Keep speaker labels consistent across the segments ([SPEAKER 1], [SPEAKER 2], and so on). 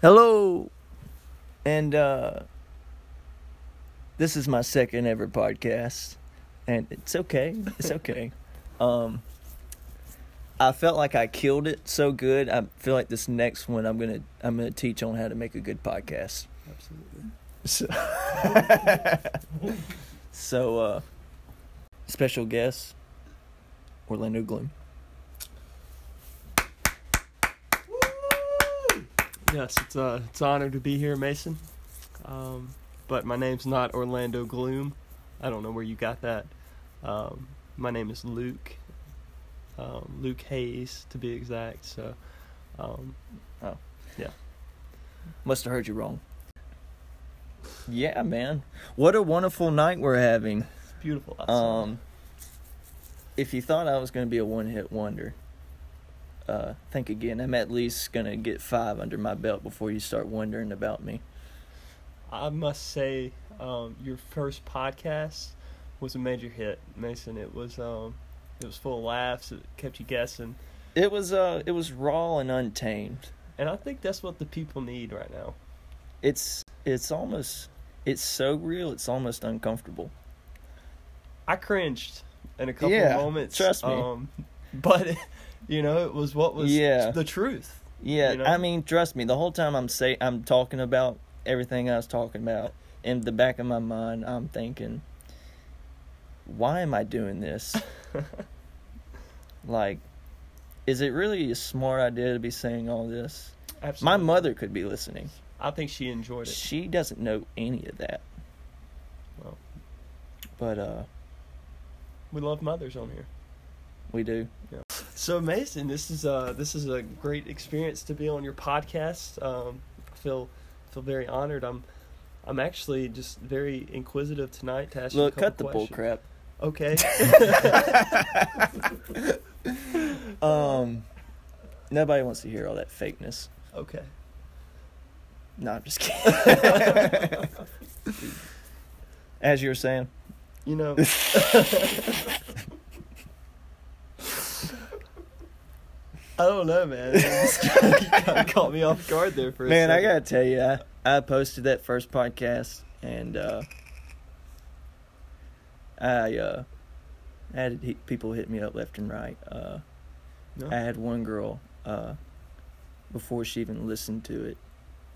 [SPEAKER 1] Hello. And uh this is my second ever podcast and it's okay. It's okay. um I felt like I killed it so good. I feel like this next one I'm going to I'm going to teach on how to make a good podcast.
[SPEAKER 2] Absolutely.
[SPEAKER 1] So, so uh special guest Orlando Gloom.
[SPEAKER 2] Yes, it's uh, it's an honor to be here, Mason. Um, but my name's not Orlando Gloom. I don't know where you got that. Um, my name is Luke. Um, Luke Hayes, to be exact. So, um,
[SPEAKER 1] Must have heard you wrong. Yeah, man. What a wonderful night we're having.
[SPEAKER 2] it's beautiful. outside.
[SPEAKER 1] Um, if you thought I was going to be a one hit wonder, uh, think again. I'm at least going to get five under my belt before you start wondering about me.
[SPEAKER 2] I must say, um, your first podcast was a major hit, Mason. It was um, it was full of laughs. It kept you guessing,
[SPEAKER 1] It was uh, it was raw and untamed.
[SPEAKER 2] and I think that's what the people need right now.
[SPEAKER 1] It's it's almost it's so real. It's almost uncomfortable.
[SPEAKER 2] I cringed in a couple
[SPEAKER 1] Yeah,
[SPEAKER 2] of moments.
[SPEAKER 1] trust me.
[SPEAKER 2] Um, but you know, it was what was
[SPEAKER 1] Yeah.
[SPEAKER 2] the truth.
[SPEAKER 1] Yeah,
[SPEAKER 2] You know?
[SPEAKER 1] I mean, trust me. The whole time I'm say I'm talking about everything I was talking about in the back of my mind, I'm thinking, why am I doing this? like, is it really a smart idea to be saying all this? My
[SPEAKER 2] Absolutely.
[SPEAKER 1] mother could be listening.
[SPEAKER 2] I think she enjoyed it.
[SPEAKER 1] She doesn't know any of that.
[SPEAKER 2] Well.
[SPEAKER 1] But uh,
[SPEAKER 2] We love mothers on here.
[SPEAKER 1] we do.
[SPEAKER 2] So Mason, this is uh this is a great experience to be on your podcast. Um, I feel feel very honored. I'm I'm actually just very inquisitive tonight to ask you a
[SPEAKER 1] Look,
[SPEAKER 2] couple
[SPEAKER 1] cut the bull
[SPEAKER 2] questions.
[SPEAKER 1] crap.
[SPEAKER 2] Okay.
[SPEAKER 1] Um, nobody wants to hear all that fakeness.
[SPEAKER 2] okay.
[SPEAKER 1] No, I'm just kidding. As you were saying,
[SPEAKER 2] You know, I don't know, man. It's kinda caught me off guard there for a
[SPEAKER 1] man, I
[SPEAKER 2] second.
[SPEAKER 1] gotta tell you, I, I posted that first podcast, and uh, I uh, had he- people hit me up left and right. Uh,
[SPEAKER 2] No?
[SPEAKER 1] I had one girl uh, before she even listened to it.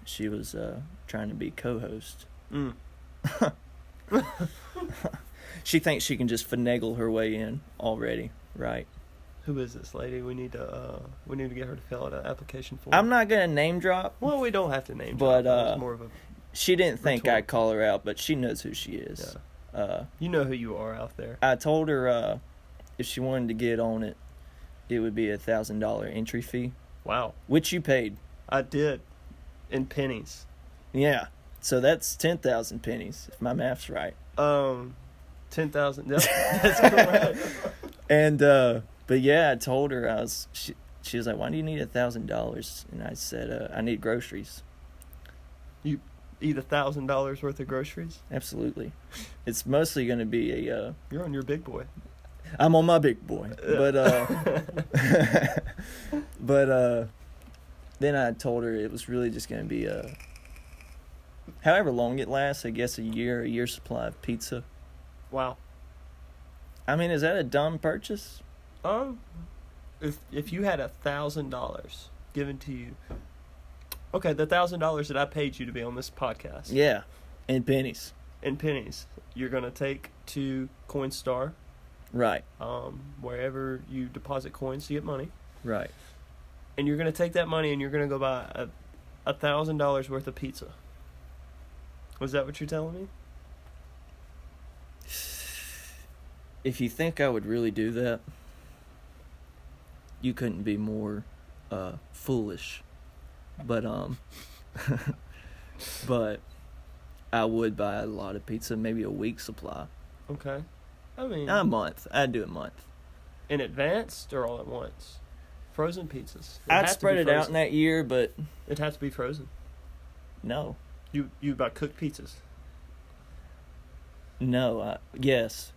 [SPEAKER 1] She was uh, trying to be co-host.
[SPEAKER 2] Mm.
[SPEAKER 1] She thinks she can just finagle her way in already, right?
[SPEAKER 2] Who is this lady? We need to uh, we need to get her to fill out an application form.
[SPEAKER 1] I'm not gonna name drop.
[SPEAKER 2] Well, we don't have to name.
[SPEAKER 1] But,
[SPEAKER 2] drop, that was
[SPEAKER 1] uh,
[SPEAKER 2] more of a
[SPEAKER 1] She didn't think
[SPEAKER 2] Rhetorical.
[SPEAKER 1] I'd call her out, but she knows who she is.
[SPEAKER 2] yeah.
[SPEAKER 1] Uh,
[SPEAKER 2] You know who you are out there.
[SPEAKER 1] I told her uh, if she wanted to get on it, it would be a thousand dollar entry fee,
[SPEAKER 2] Wow,
[SPEAKER 1] which you paid.
[SPEAKER 2] I did, in pennies.
[SPEAKER 1] Yeah, so that's ten thousand pennies if my math's right.
[SPEAKER 2] Um, ten thousand. That's, that's correct.
[SPEAKER 1] And uh, but yeah, I told her I was. She, she was like, "Why do you need a thousand dollars?" And I said, uh, "I need groceries."
[SPEAKER 2] Eat a thousand dollars worth of groceries.
[SPEAKER 1] Absolutely, it's mostly going to be a. Uh,
[SPEAKER 2] You're on your big boy.
[SPEAKER 1] I'm on my big boy, but uh, but uh, then I told her it was really just gonna be a however long it lasts. I guess a year, a year supply of pizza.
[SPEAKER 2] Wow.
[SPEAKER 1] I mean, is that a dumb purchase?
[SPEAKER 2] Um, if if you had a thousand dollars given to you, okay, the thousand dollars that I paid you to be on this podcast
[SPEAKER 1] Yeah, and pennies.
[SPEAKER 2] in pennies, you're gonna take to Coinstar,
[SPEAKER 1] Right,
[SPEAKER 2] um, wherever you deposit coins to get money,
[SPEAKER 1] right.
[SPEAKER 2] and you're gonna take that money and you're gonna go buy a a thousand dollars worth of pizza. Was that what you're telling me?
[SPEAKER 1] If you think I would really do that, you couldn't be more uh, foolish. But um, but I would buy a lot of pizza, maybe a week supply.
[SPEAKER 2] Okay. I mean,
[SPEAKER 1] Not a month. I'd do a month.
[SPEAKER 2] in advance or all at once? Frozen pizzas. It'd have
[SPEAKER 1] I'd
[SPEAKER 2] to be
[SPEAKER 1] spread it out in
[SPEAKER 2] frozen.
[SPEAKER 1] that year, but
[SPEAKER 2] It'd have to be frozen.
[SPEAKER 1] no,
[SPEAKER 2] You you buy cooked pizzas.
[SPEAKER 1] no. I, yes,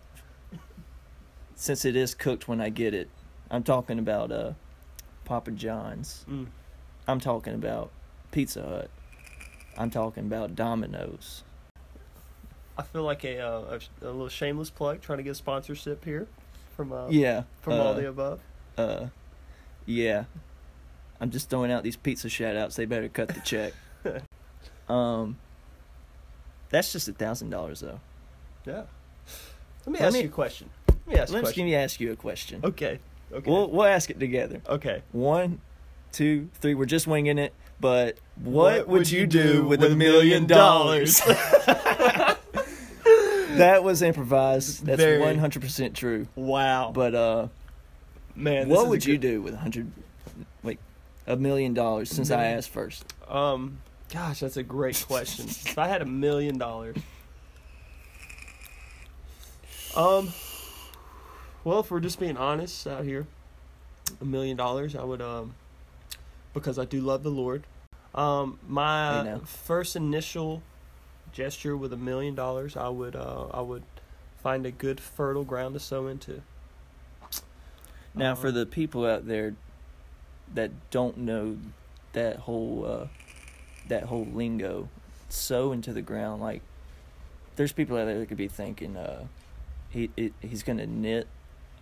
[SPEAKER 1] since it is cooked when I get it, I'm talking about uh, Papa John's.
[SPEAKER 2] Mm.
[SPEAKER 1] I'm talking about Pizza Hut. I'm talking about Domino's.
[SPEAKER 2] I feel like a, uh, a a little shameless plug trying to get sponsorship here from uh,
[SPEAKER 1] yeah.
[SPEAKER 2] from
[SPEAKER 1] uh,
[SPEAKER 2] all the above.
[SPEAKER 1] Uh, yeah. I'm just throwing out these pizza shout outs. They better cut the check. um, that's just a thousand dollars though.
[SPEAKER 2] Yeah. Let me
[SPEAKER 1] Let
[SPEAKER 2] ask
[SPEAKER 1] me-
[SPEAKER 2] you a question. Let me ask you a
[SPEAKER 1] Let
[SPEAKER 2] question.
[SPEAKER 1] me ask you a question.
[SPEAKER 2] Okay. Okay.
[SPEAKER 1] We'll we'll ask it together.
[SPEAKER 2] okay.
[SPEAKER 1] One, two, three. We're just winging it. But what, would, you, do, with, a million
[SPEAKER 2] million
[SPEAKER 1] dollars? that was improvised. That's
[SPEAKER 2] Very.
[SPEAKER 1] one hundred percent true.
[SPEAKER 2] Wow.
[SPEAKER 1] But uh,
[SPEAKER 2] man,
[SPEAKER 1] what would you do with a hundred, like, a million dollars? Since I
[SPEAKER 2] Million.
[SPEAKER 1] asked first,
[SPEAKER 2] do? Um, gosh, that's a great question. if I had a million dollars, um, well, if we're just being honest out here, a million dollars, I would um, because I do love the Lord. Um,
[SPEAKER 1] I
[SPEAKER 2] my
[SPEAKER 1] know.
[SPEAKER 2] first initial gesture with a million dollars, I would uh, I would find a good fertile ground to sow into.
[SPEAKER 1] now
[SPEAKER 2] Um,
[SPEAKER 1] for the people out there that don't know that whole uh, that whole lingo, sow into the ground. Like, there's people out there that could be thinking, uh, he it, he's gonna knit,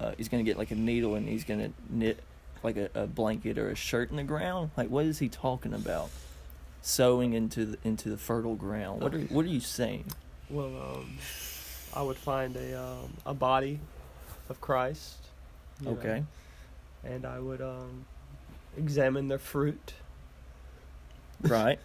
[SPEAKER 1] uh, he's gonna get like a needle and he's gonna knit like a, a blanket or a shirt in the ground. Like, what is he talking about? Sowing into the into the fertile ground. What are what are you saying?
[SPEAKER 2] Well, um, I would find a um, a body of Christ. you know,
[SPEAKER 1] Okay.
[SPEAKER 2] and I would um, examine their fruit.
[SPEAKER 1] Right.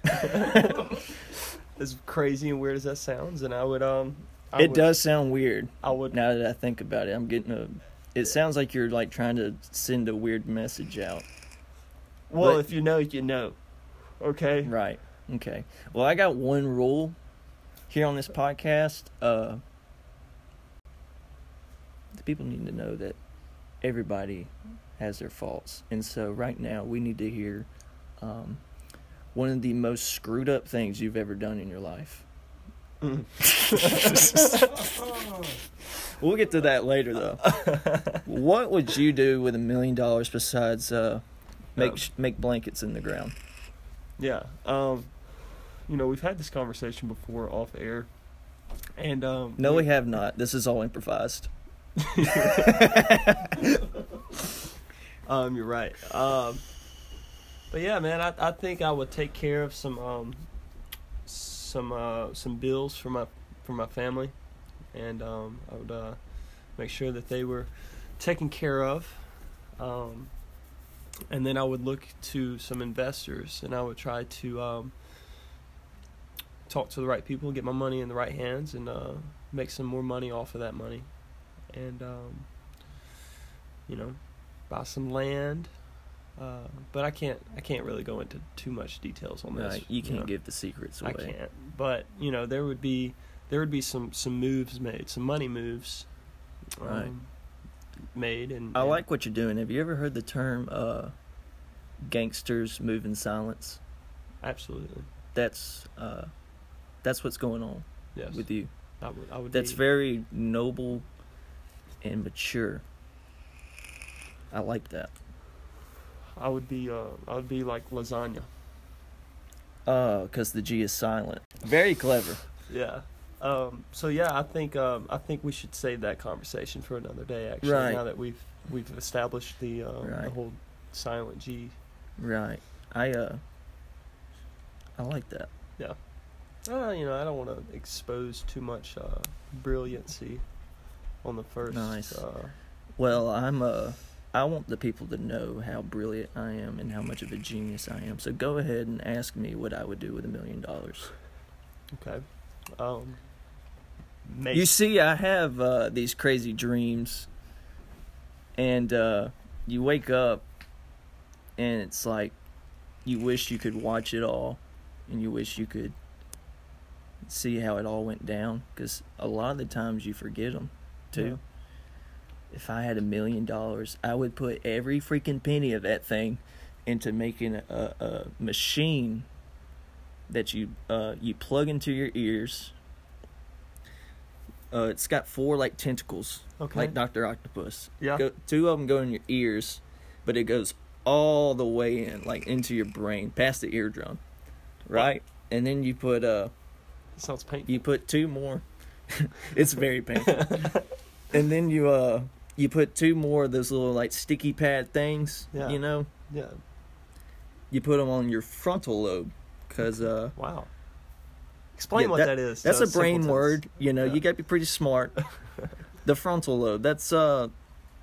[SPEAKER 2] As crazy and weird as that sounds, and I would um. I
[SPEAKER 1] it
[SPEAKER 2] would,
[SPEAKER 1] does sound weird.
[SPEAKER 2] I would.
[SPEAKER 1] Now that I think about it, I'm getting a. It sounds like you're like trying to send a weird message out.
[SPEAKER 2] Well,
[SPEAKER 1] but-
[SPEAKER 2] if you know, you know. Okay.
[SPEAKER 1] Right. Okay. Well, I got one rule here on this podcast. Uh, the people need to know that everybody has their faults, and so right now we need to hear um, one of the most screwed up things you've ever done in your life. We'll get to that later, though. what would you do with a million dollars besides uh, make
[SPEAKER 2] Um,
[SPEAKER 1] make blankets in the ground?
[SPEAKER 2] Yeah. Um, you know, we've had this conversation before off air, and um.
[SPEAKER 1] No,
[SPEAKER 2] we-
[SPEAKER 1] we have not. This is all improvised.
[SPEAKER 2] Um, you're right. Um, but yeah, man, I, I think I would take care of some um, some uh, some bills for my for my family, and um, I would uh, make sure that they were taken care of. Um, and then I would look to some investors, and I would try to um, talk to the right people, get my money in the right hands, and uh, make some more money off of that money, and um, you know, buy some land. Uh, but I can't. I can't really go into too much details on this.
[SPEAKER 1] Right, you can't
[SPEAKER 2] know.
[SPEAKER 1] give the secrets away.
[SPEAKER 2] Oh, I can't. But you know, there would be there would be some some moves made, some money moves, um,
[SPEAKER 1] Right.
[SPEAKER 2] made, and
[SPEAKER 1] I
[SPEAKER 2] and-
[SPEAKER 1] like what you're doing. Have you ever heard the term uh, "gangsters move in silence"?
[SPEAKER 2] absolutely
[SPEAKER 1] That's uh, that's what's going on
[SPEAKER 2] yes.
[SPEAKER 1] with you.
[SPEAKER 2] I would. I would
[SPEAKER 1] That's
[SPEAKER 2] be-
[SPEAKER 1] very noble and mature. I like that.
[SPEAKER 2] I would be. Uh, I would be like lasagna.
[SPEAKER 1] Oh, because the G is silent. Very clever.
[SPEAKER 2] Yeah. Um, so yeah, I think um, I think we should save that conversation for another day. Actually,
[SPEAKER 1] Right.
[SPEAKER 2] now that we've we've established the um, the
[SPEAKER 1] Right.
[SPEAKER 2] whole silent G.
[SPEAKER 1] Right. I uh. I like that.
[SPEAKER 2] Uh, you know, I don't want to expose too much uh, brilliancy on the first.
[SPEAKER 1] Nice.
[SPEAKER 2] Uh,
[SPEAKER 1] Well, I'm uh. I want the people to know how brilliant I am and how much of a genius I am. So go ahead and ask me what I would do with a million dollars.
[SPEAKER 2] Okay. Um. Mason.
[SPEAKER 1] You see, I have uh, these crazy dreams, and uh, you wake up, and it's like you wish you could watch it all, and you wish you could see how it all went down. Because a lot of the times you forget them, too. If I had a million dollars, I would put every freaking penny of that thing into making a, a machine that you uh, you plug into your ears. Uh, it's got four like tentacles,
[SPEAKER 2] Okay.
[SPEAKER 1] like Doctor Octopus.
[SPEAKER 2] Yeah.
[SPEAKER 1] Go, two of them go in your ears, but it goes all the way in, like into your brain, past the eardrum, right? and then you put uh
[SPEAKER 2] sounds painful.
[SPEAKER 1] you put two more. it's very painful. and then you uh you put two more of those little like sticky pad things.
[SPEAKER 2] Yeah.
[SPEAKER 1] You know,
[SPEAKER 2] Yeah.
[SPEAKER 1] you put them on your frontal lobe because uh
[SPEAKER 2] Wow. Explain
[SPEAKER 1] Yeah,
[SPEAKER 2] what
[SPEAKER 1] that-
[SPEAKER 2] that is.
[SPEAKER 1] that's
[SPEAKER 2] to
[SPEAKER 1] a brain
[SPEAKER 2] simpletons.
[SPEAKER 1] word. You know,
[SPEAKER 2] Yeah.
[SPEAKER 1] you got to be pretty smart. the frontal lobe. That's uh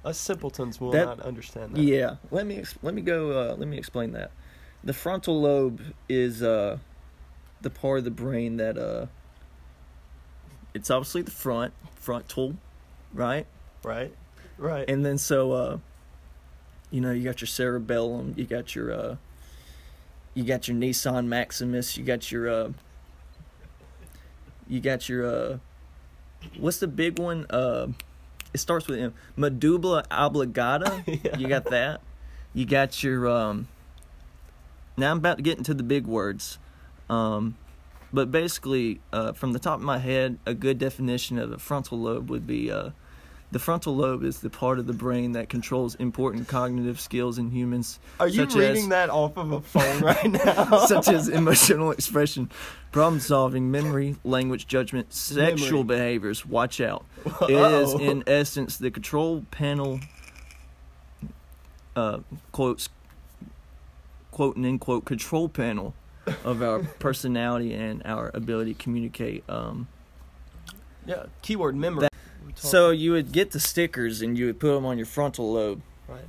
[SPEAKER 2] Us simpletons will
[SPEAKER 1] That-
[SPEAKER 2] not understand that.
[SPEAKER 1] Yeah, let me ex- let me go. Uh, let me explain that. The frontal lobe is uh, the part of the brain that uh, it's obviously the front frontal, right?
[SPEAKER 2] Right. Right.
[SPEAKER 1] And then so uh, you know, you got your cerebellum, you got your uh, you got your Nissan Maximus, you got your uh, you got your uh, what's the big one? Uh, it starts with M. Medulla oblongata.
[SPEAKER 2] yeah.
[SPEAKER 1] You got that. You got your um now I'm about to get into the big words. Um but basically uh from the top of my head, a good definition of a frontal lobe would be uh the frontal lobe is the part of the brain that controls important cognitive skills in humans,
[SPEAKER 2] Are you
[SPEAKER 1] such
[SPEAKER 2] reading
[SPEAKER 1] as-
[SPEAKER 2] that off of a phone right now?
[SPEAKER 1] such as emotional expression, problem solving, memory, language judgment, sexual
[SPEAKER 2] Memory.
[SPEAKER 1] behaviors. Watch out. It is
[SPEAKER 2] Uh-oh.
[SPEAKER 1] in essence the control panel uh quotes quote and end quote control panel of our personality and our ability to communicate um
[SPEAKER 2] Yeah. Keyword memory. We talked-
[SPEAKER 1] so you would get the stickers and you would put them on your frontal lobe
[SPEAKER 2] Right.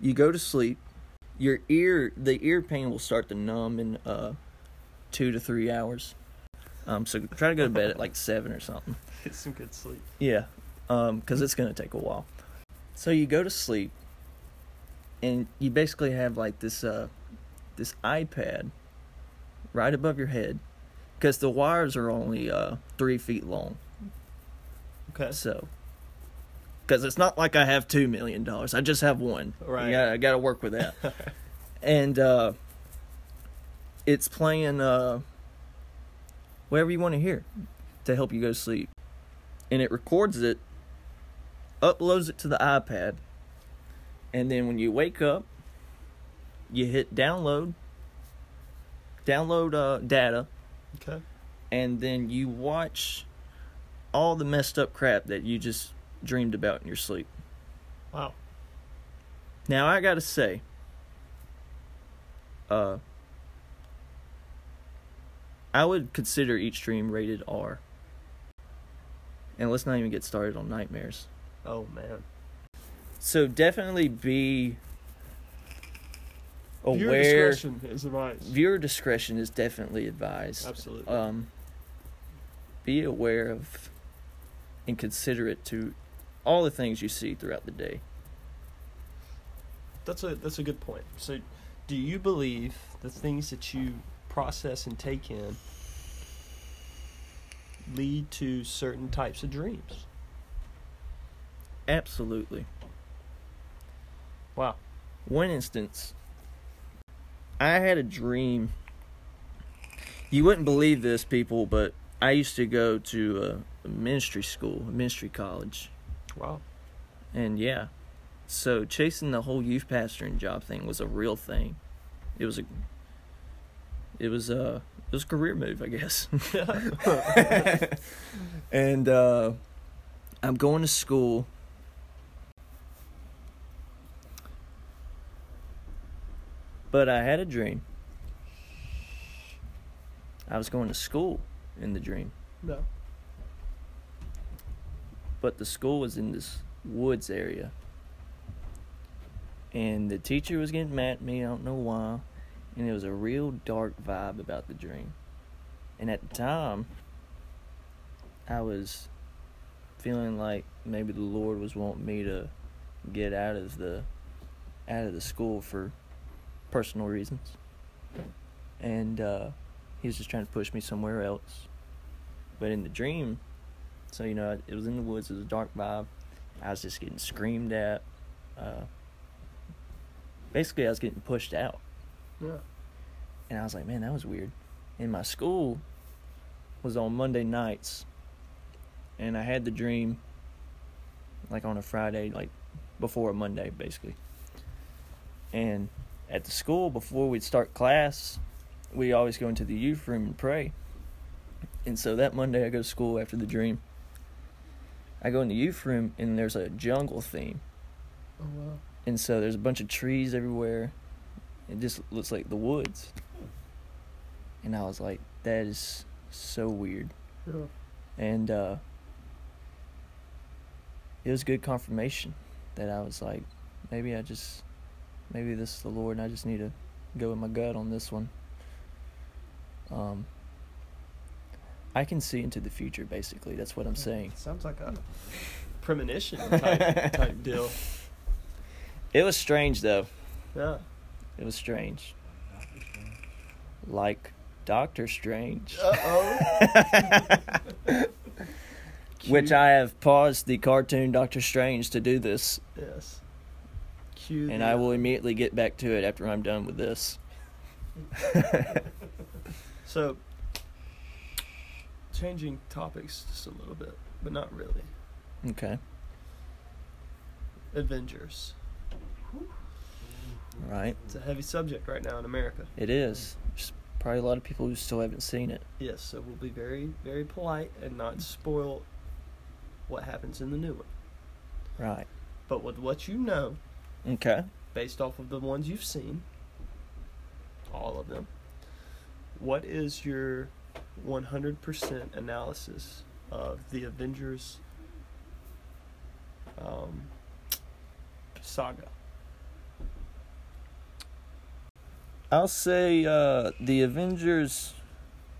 [SPEAKER 1] you go to sleep your ear the ear pain will start to numb in uh two to three hours um so try to go to bed at like seven or something
[SPEAKER 2] Get some good sleep.
[SPEAKER 1] Yeah, because it's going to take a while. So you go to sleep, and you basically have like this uh, this iPad right above your head, because the wires are only uh, three feet long.
[SPEAKER 2] Okay.
[SPEAKER 1] So, because it's not like I have two million dollars, I just have one.
[SPEAKER 2] Right.
[SPEAKER 1] Yeah, I got to work with that. and uh, it's playing uh, whatever you want to hear to help you go to sleep, and it records it, uploads it to the iPad, and then when you wake up, you hit download. Download uh, data
[SPEAKER 2] Okay.
[SPEAKER 1] and then you watch all the messed up crap that you just dreamed about in your sleep.
[SPEAKER 2] Wow.
[SPEAKER 1] Now I gotta say, uh, I would consider each dream rated R. And let's not even get started on nightmares.
[SPEAKER 2] Oh man.
[SPEAKER 1] So definitely be aware.
[SPEAKER 2] Your discretion is advised.
[SPEAKER 1] viewer discretion is definitely advised.
[SPEAKER 2] Absolutely.
[SPEAKER 1] um, be aware of and considerate to all the things you see throughout the day.
[SPEAKER 2] That's a that's a good point. So, do you believe the things that you process and take in lead to certain types of dreams?
[SPEAKER 1] Absolutely.
[SPEAKER 2] Wow.
[SPEAKER 1] One instance, I had a dream. You wouldn't believe this, people, but I used to go to a ministry school, a ministry college.
[SPEAKER 2] Wow.
[SPEAKER 1] And yeah, so chasing the whole youth pastoring job thing was a real thing. It was a, it was a, it was a career move, I guess. and uh, I'm going to school. But I had a dream. I was going to school in the dream
[SPEAKER 2] No.
[SPEAKER 1] but the school was in this woods area. And the teacher was getting mad at me, I don't know why. And it was a real dark vibe about the dream. And at the time, I was feeling like maybe the Lord was wanting me to get out of the out of the school for personal reasons. And uh, he was just trying to push me somewhere else. But in the dream, so you know, it was in the woods. It was a dark vibe. I was just getting screamed at. Uh, basically, I was getting pushed out,
[SPEAKER 2] Yeah.
[SPEAKER 1] and I was like, "Man, that was weird." And my school was on Monday nights, and I had the dream like on a Friday, like before a Monday, basically. And at the school, before we'd start class, we always go into the youth room and pray. And so that Monday I go to school after the dream. I go in the youth room and there's a jungle theme.
[SPEAKER 2] Oh wow.
[SPEAKER 1] And so there's a bunch of trees everywhere. It just looks like the woods. And I was like, that is so weird.
[SPEAKER 2] Yeah.
[SPEAKER 1] And uh, it was good confirmation that I was like, maybe I just, maybe this is the Lord and I just need to go with my gut on this one. Um, I can see into the future, basically. That's what I'm saying.
[SPEAKER 2] Sounds like a premonition type, type deal.
[SPEAKER 1] It was strange, though.
[SPEAKER 2] Yeah.
[SPEAKER 1] It was strange. Like Doctor Strange. Which
[SPEAKER 2] Cue-
[SPEAKER 1] I have paused the cartoon Doctor Strange to do this,
[SPEAKER 2] Yes. Cue
[SPEAKER 1] and
[SPEAKER 2] the-
[SPEAKER 1] I will immediately get back to it after I'm done with this.
[SPEAKER 2] So, changing topics just a little bit, but not really.
[SPEAKER 1] Okay.
[SPEAKER 2] Avengers.
[SPEAKER 1] Right.
[SPEAKER 2] It's a heavy subject right now in America.
[SPEAKER 1] It is. There's probably a lot of people who still haven't seen it.
[SPEAKER 2] Yes, so we'll be very, very polite and not spoil what happens in the new one.
[SPEAKER 1] Right.
[SPEAKER 2] But with what you know,
[SPEAKER 1] Okay.
[SPEAKER 2] based off of the ones you've seen, all of them, what is your 100% analysis of the Avengers um, saga?
[SPEAKER 1] I'll say uh, the Avengers.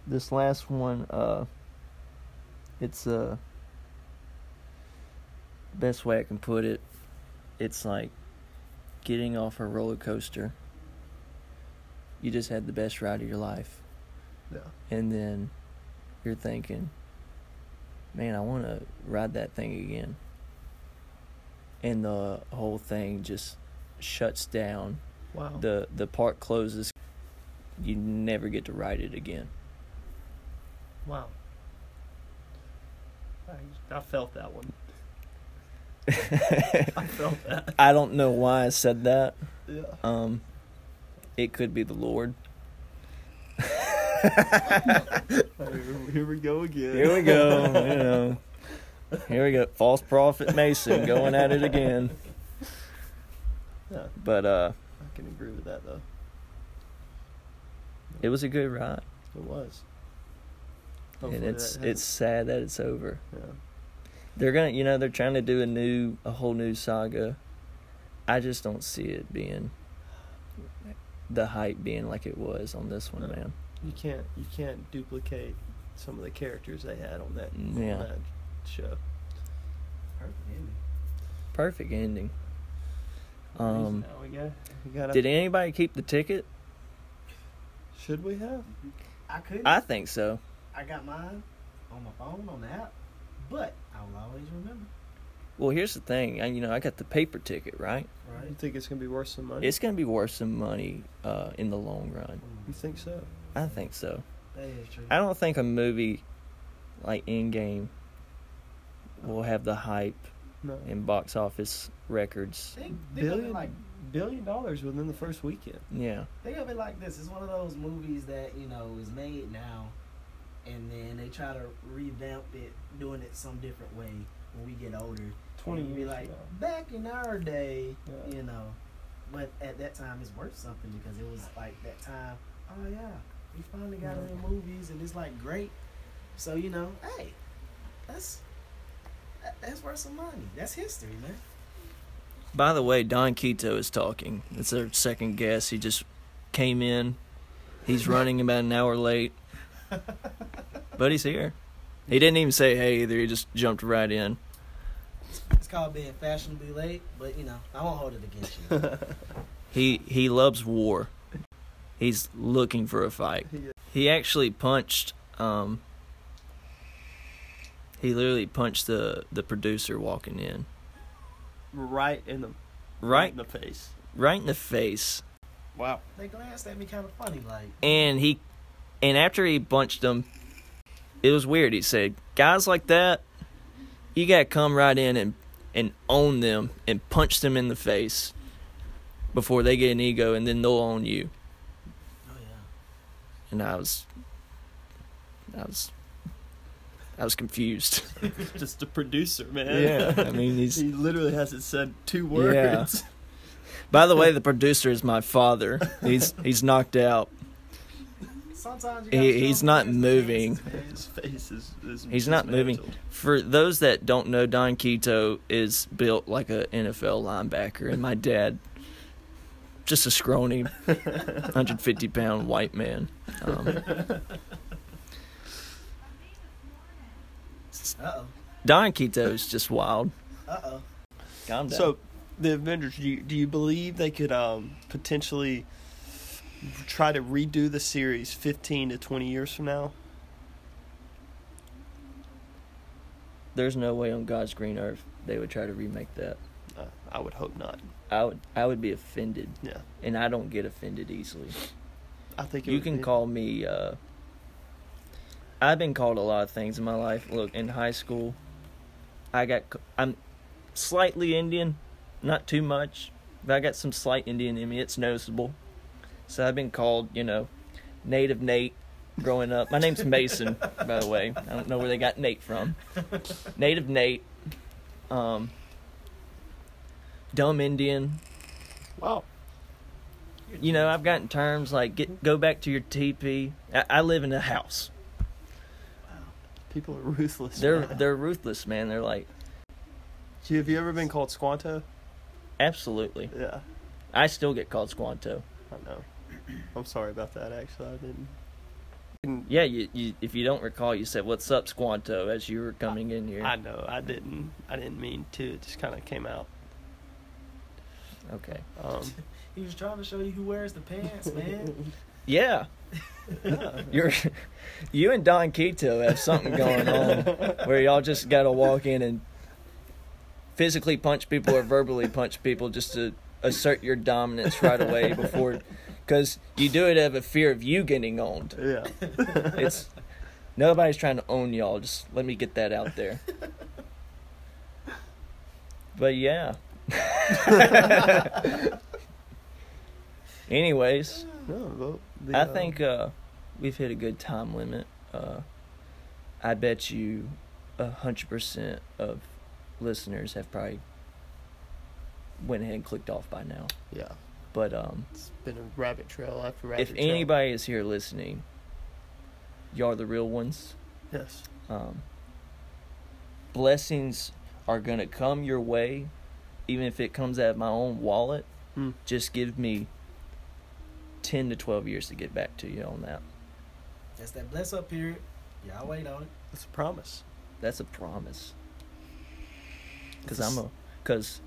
[SPEAKER 1] This last one, uh, it's uh, best way I can put it. It's like getting off a roller coaster. You just had the best ride of your life,
[SPEAKER 2] Yeah.
[SPEAKER 1] and then you're thinking, "Man, I want to ride that thing again." And the whole thing just shuts down
[SPEAKER 2] Wow.
[SPEAKER 1] the the park closes you never get to ride it again
[SPEAKER 2] wow. I, I felt that one. I felt that.
[SPEAKER 1] i don't know why i said that
[SPEAKER 2] Yeah.
[SPEAKER 1] um it could be the lord
[SPEAKER 2] Here we go again.
[SPEAKER 1] here we go you know here we go false prophet mason going at it again
[SPEAKER 2] Yeah,
[SPEAKER 1] but uh
[SPEAKER 2] I can agree with that though.
[SPEAKER 1] it was a good ride
[SPEAKER 2] It was.
[SPEAKER 1] and
[SPEAKER 2] Hopefully
[SPEAKER 1] it's
[SPEAKER 2] that
[SPEAKER 1] it's sad that it's over
[SPEAKER 2] hasn't-
[SPEAKER 1] they're gonna you know they're trying to do a new a whole new saga i just don't see it being the hype being like it was on this one
[SPEAKER 2] No.
[SPEAKER 1] man
[SPEAKER 2] yeah. you can't you can't duplicate some of the characters they had on that,
[SPEAKER 1] Mm, Yeah.
[SPEAKER 2] on that show.
[SPEAKER 1] perfect ending
[SPEAKER 2] Um,
[SPEAKER 1] um
[SPEAKER 2] now we got we got a-
[SPEAKER 1] did anybody keep the ticket
[SPEAKER 2] should we have?
[SPEAKER 3] I could.
[SPEAKER 1] i
[SPEAKER 3] I,
[SPEAKER 1] think so
[SPEAKER 3] got mine on my phone on the app, but I will always remember.
[SPEAKER 1] well here's the thing I, you know i got the paper ticket right
[SPEAKER 2] You
[SPEAKER 3] Right?
[SPEAKER 2] think it's gonna be worse than money?
[SPEAKER 1] it's gonna be worth some money uh in the long run
[SPEAKER 2] you think so?
[SPEAKER 1] i think so
[SPEAKER 3] Mm. That is true.
[SPEAKER 1] i don't think a movie like endgame will have the hype
[SPEAKER 2] No.
[SPEAKER 1] and box office records
[SPEAKER 3] think, think of
[SPEAKER 2] Billion
[SPEAKER 3] it like
[SPEAKER 2] billion dollars within the first weekend.
[SPEAKER 1] yeah
[SPEAKER 3] think of it like this. It's one of those movies that you know is made now, and then they try to revamp it, doing it some different way when we get older.
[SPEAKER 2] Twenty
[SPEAKER 3] And
[SPEAKER 2] years.
[SPEAKER 3] be like
[SPEAKER 2] from now.
[SPEAKER 3] back in our day,
[SPEAKER 2] Yeah.
[SPEAKER 3] you know. But at that time, it's worth something because it was like that time. Oh yeah, we finally got it in movies, and it's like great. So you know, hey, that's that, that's worth some money. That's history, man.
[SPEAKER 1] By the way, Don Quito is talking. It's our second guest. He just came in. He's running about an hour late, but he's here. He didn't even say hey either. He just jumped right in.
[SPEAKER 3] It's called being fashionably late, but you know, I won't hold it against you.
[SPEAKER 1] He he loves war. He's looking for a fight.
[SPEAKER 2] He-
[SPEAKER 1] He actually punched. Um, he literally punched the the producer walking in
[SPEAKER 2] right in the
[SPEAKER 1] right
[SPEAKER 2] in the face.
[SPEAKER 1] right in the face,
[SPEAKER 2] Wow.
[SPEAKER 3] they glanced at me kind of funny, like.
[SPEAKER 1] and he and after he punched him, it was weird. He said, "Guys like that, you gotta come right in and and own them and punch them in the face before they get an ego, and then they'll own you."
[SPEAKER 3] Oh yeah.
[SPEAKER 1] and I was, I was, I was confused.
[SPEAKER 2] Just a producer, man.
[SPEAKER 1] yeah, I mean he's.
[SPEAKER 2] he literally hasn't said two words.
[SPEAKER 1] By the way, the producer is my father. He's he's knocked out.
[SPEAKER 3] Sometimes you
[SPEAKER 1] He-
[SPEAKER 3] gotta show
[SPEAKER 1] he's
[SPEAKER 3] them
[SPEAKER 1] not
[SPEAKER 3] the
[SPEAKER 1] moving.
[SPEAKER 3] dances, man.
[SPEAKER 2] His face is. is
[SPEAKER 1] He's not moving.
[SPEAKER 2] dismantled.
[SPEAKER 1] For those that don't know, Don Quito is built like a NFL linebacker, and my dad, just a scrawny, 150 pound white man. Um,
[SPEAKER 3] Uh-oh.
[SPEAKER 1] Don Quito is just wild.
[SPEAKER 3] Uh-oh.
[SPEAKER 1] Calm down.
[SPEAKER 2] So, the Avengers. Do you, do you believe they could um, potentially try to redo the series fifteen to twenty years from now?
[SPEAKER 1] there's no way on God's green earth they would try to remake that.
[SPEAKER 2] Uh, I would hope not.
[SPEAKER 1] I would I would be offended,
[SPEAKER 2] Yeah,
[SPEAKER 1] and I don't get offended easily.
[SPEAKER 2] I think it
[SPEAKER 1] You
[SPEAKER 2] would
[SPEAKER 1] can
[SPEAKER 2] be-
[SPEAKER 1] call me. Uh, I've been called a lot of things in my life. Look, in high school, I got. c- I'm slightly Indian, not too much, but I got some slight Indian in me. It's noticeable. So I've been called, you know, Native Nate growing up. My name's Mason, by the way. I don't know where they got Nate from. Native Nate. Um, dumb Indian.
[SPEAKER 2] Wow.
[SPEAKER 1] You know, I've gotten terms like get go back to your teepee. I, I live in a house.
[SPEAKER 2] People are ruthless.
[SPEAKER 1] They're
[SPEAKER 2] man.
[SPEAKER 1] they're ruthless, man. They're like
[SPEAKER 2] Do you- have you ever been called Squanto?
[SPEAKER 1] absolutely.
[SPEAKER 2] Yeah,
[SPEAKER 1] I still get called Squanto.
[SPEAKER 2] I know. I'm sorry about that. Actually, I didn't. didn't-
[SPEAKER 1] Yeah, you, you if you don't recall, you said what's up, Squanto, as you were coming in here.
[SPEAKER 2] I know. I didn't. I didn't mean to. It just kind of came out.
[SPEAKER 1] okay.
[SPEAKER 2] Um,
[SPEAKER 3] He was trying to show you who wears the pants, man.
[SPEAKER 1] Yeah,
[SPEAKER 2] yeah.
[SPEAKER 1] you're you and Don Quito have something going on where y'all just gotta walk in and physically punch people or verbally punch people just to assert your dominance right away before, because you do it out of a fear of you getting owned.
[SPEAKER 2] Yeah.
[SPEAKER 1] It's nobody's trying to own y'all. Just let me get that out there. But yeah. Anyways,
[SPEAKER 2] No, well, the,
[SPEAKER 1] I
[SPEAKER 2] um,
[SPEAKER 1] think uh, we've hit a good time limit. Uh, I bet you a hundred percent of listeners have probably went ahead and clicked off by now.
[SPEAKER 2] Yeah.
[SPEAKER 1] But um,
[SPEAKER 2] It's been a rabbit trail after rabbit
[SPEAKER 1] if
[SPEAKER 2] trail.
[SPEAKER 1] anybody is here listening, y'all are the real ones.
[SPEAKER 2] Yes.
[SPEAKER 1] um, blessings are gonna come your way, even if it comes out of my own wallet.
[SPEAKER 2] Hmm.
[SPEAKER 1] Just give me ten to twelve years to get back to you on that.
[SPEAKER 3] That's that bless up period. Y'all wait on it.
[SPEAKER 2] It's a promise.
[SPEAKER 1] That's a promise. Cause
[SPEAKER 2] It's
[SPEAKER 1] I'm a, cause,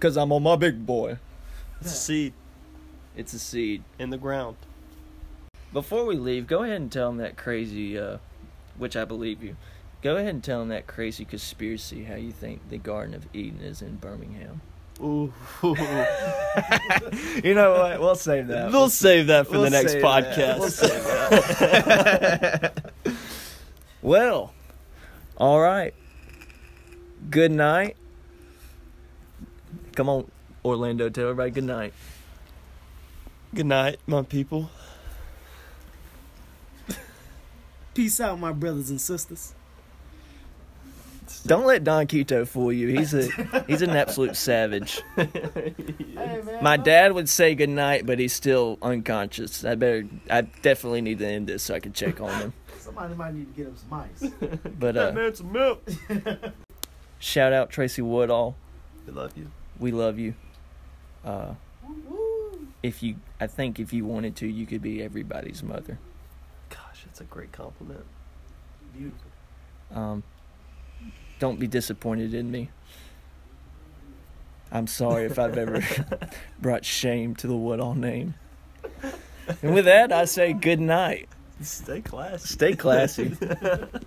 [SPEAKER 1] cause I'm on my big boy.
[SPEAKER 2] It's a seed
[SPEAKER 1] It's a seed.
[SPEAKER 2] in the ground.
[SPEAKER 1] Before we leave, go ahead and tell them that crazy, uh, which I believe you. Go ahead and tell them that crazy conspiracy how you think the Garden of Eden is in Birmingham.
[SPEAKER 2] Ooh.
[SPEAKER 1] You know what? We'll save that.
[SPEAKER 2] we'll save that for
[SPEAKER 1] we'll
[SPEAKER 2] the next
[SPEAKER 1] save that.
[SPEAKER 2] podcast.
[SPEAKER 1] We'll save Well, all right. Good night. Come on, Orlando. Tell everybody good night.
[SPEAKER 2] Good night, my people.
[SPEAKER 3] Peace out, my brothers and sisters.
[SPEAKER 1] Don't let Don Quito fool you. He's a he's an absolute savage.
[SPEAKER 3] Hey, man.
[SPEAKER 1] My dad would say good night, but he's still unconscious. I better. I definitely need to end this so I can check on him.
[SPEAKER 3] Somebody might need to get him some ice.
[SPEAKER 1] But uh,
[SPEAKER 2] man some milk.
[SPEAKER 1] shout out Tracy Woodall.
[SPEAKER 2] We love you.
[SPEAKER 1] We love you. Uh,
[SPEAKER 3] Woo.
[SPEAKER 1] if you, I think if you wanted to, you could be everybody's mother.
[SPEAKER 2] Gosh, that's a great compliment.
[SPEAKER 3] Beautiful.
[SPEAKER 1] Um, don't be disappointed in me. I'm sorry if I've ever brought shame to the Woodall name. And with that, I say good night.
[SPEAKER 2] Stay classy.
[SPEAKER 1] Stay classy.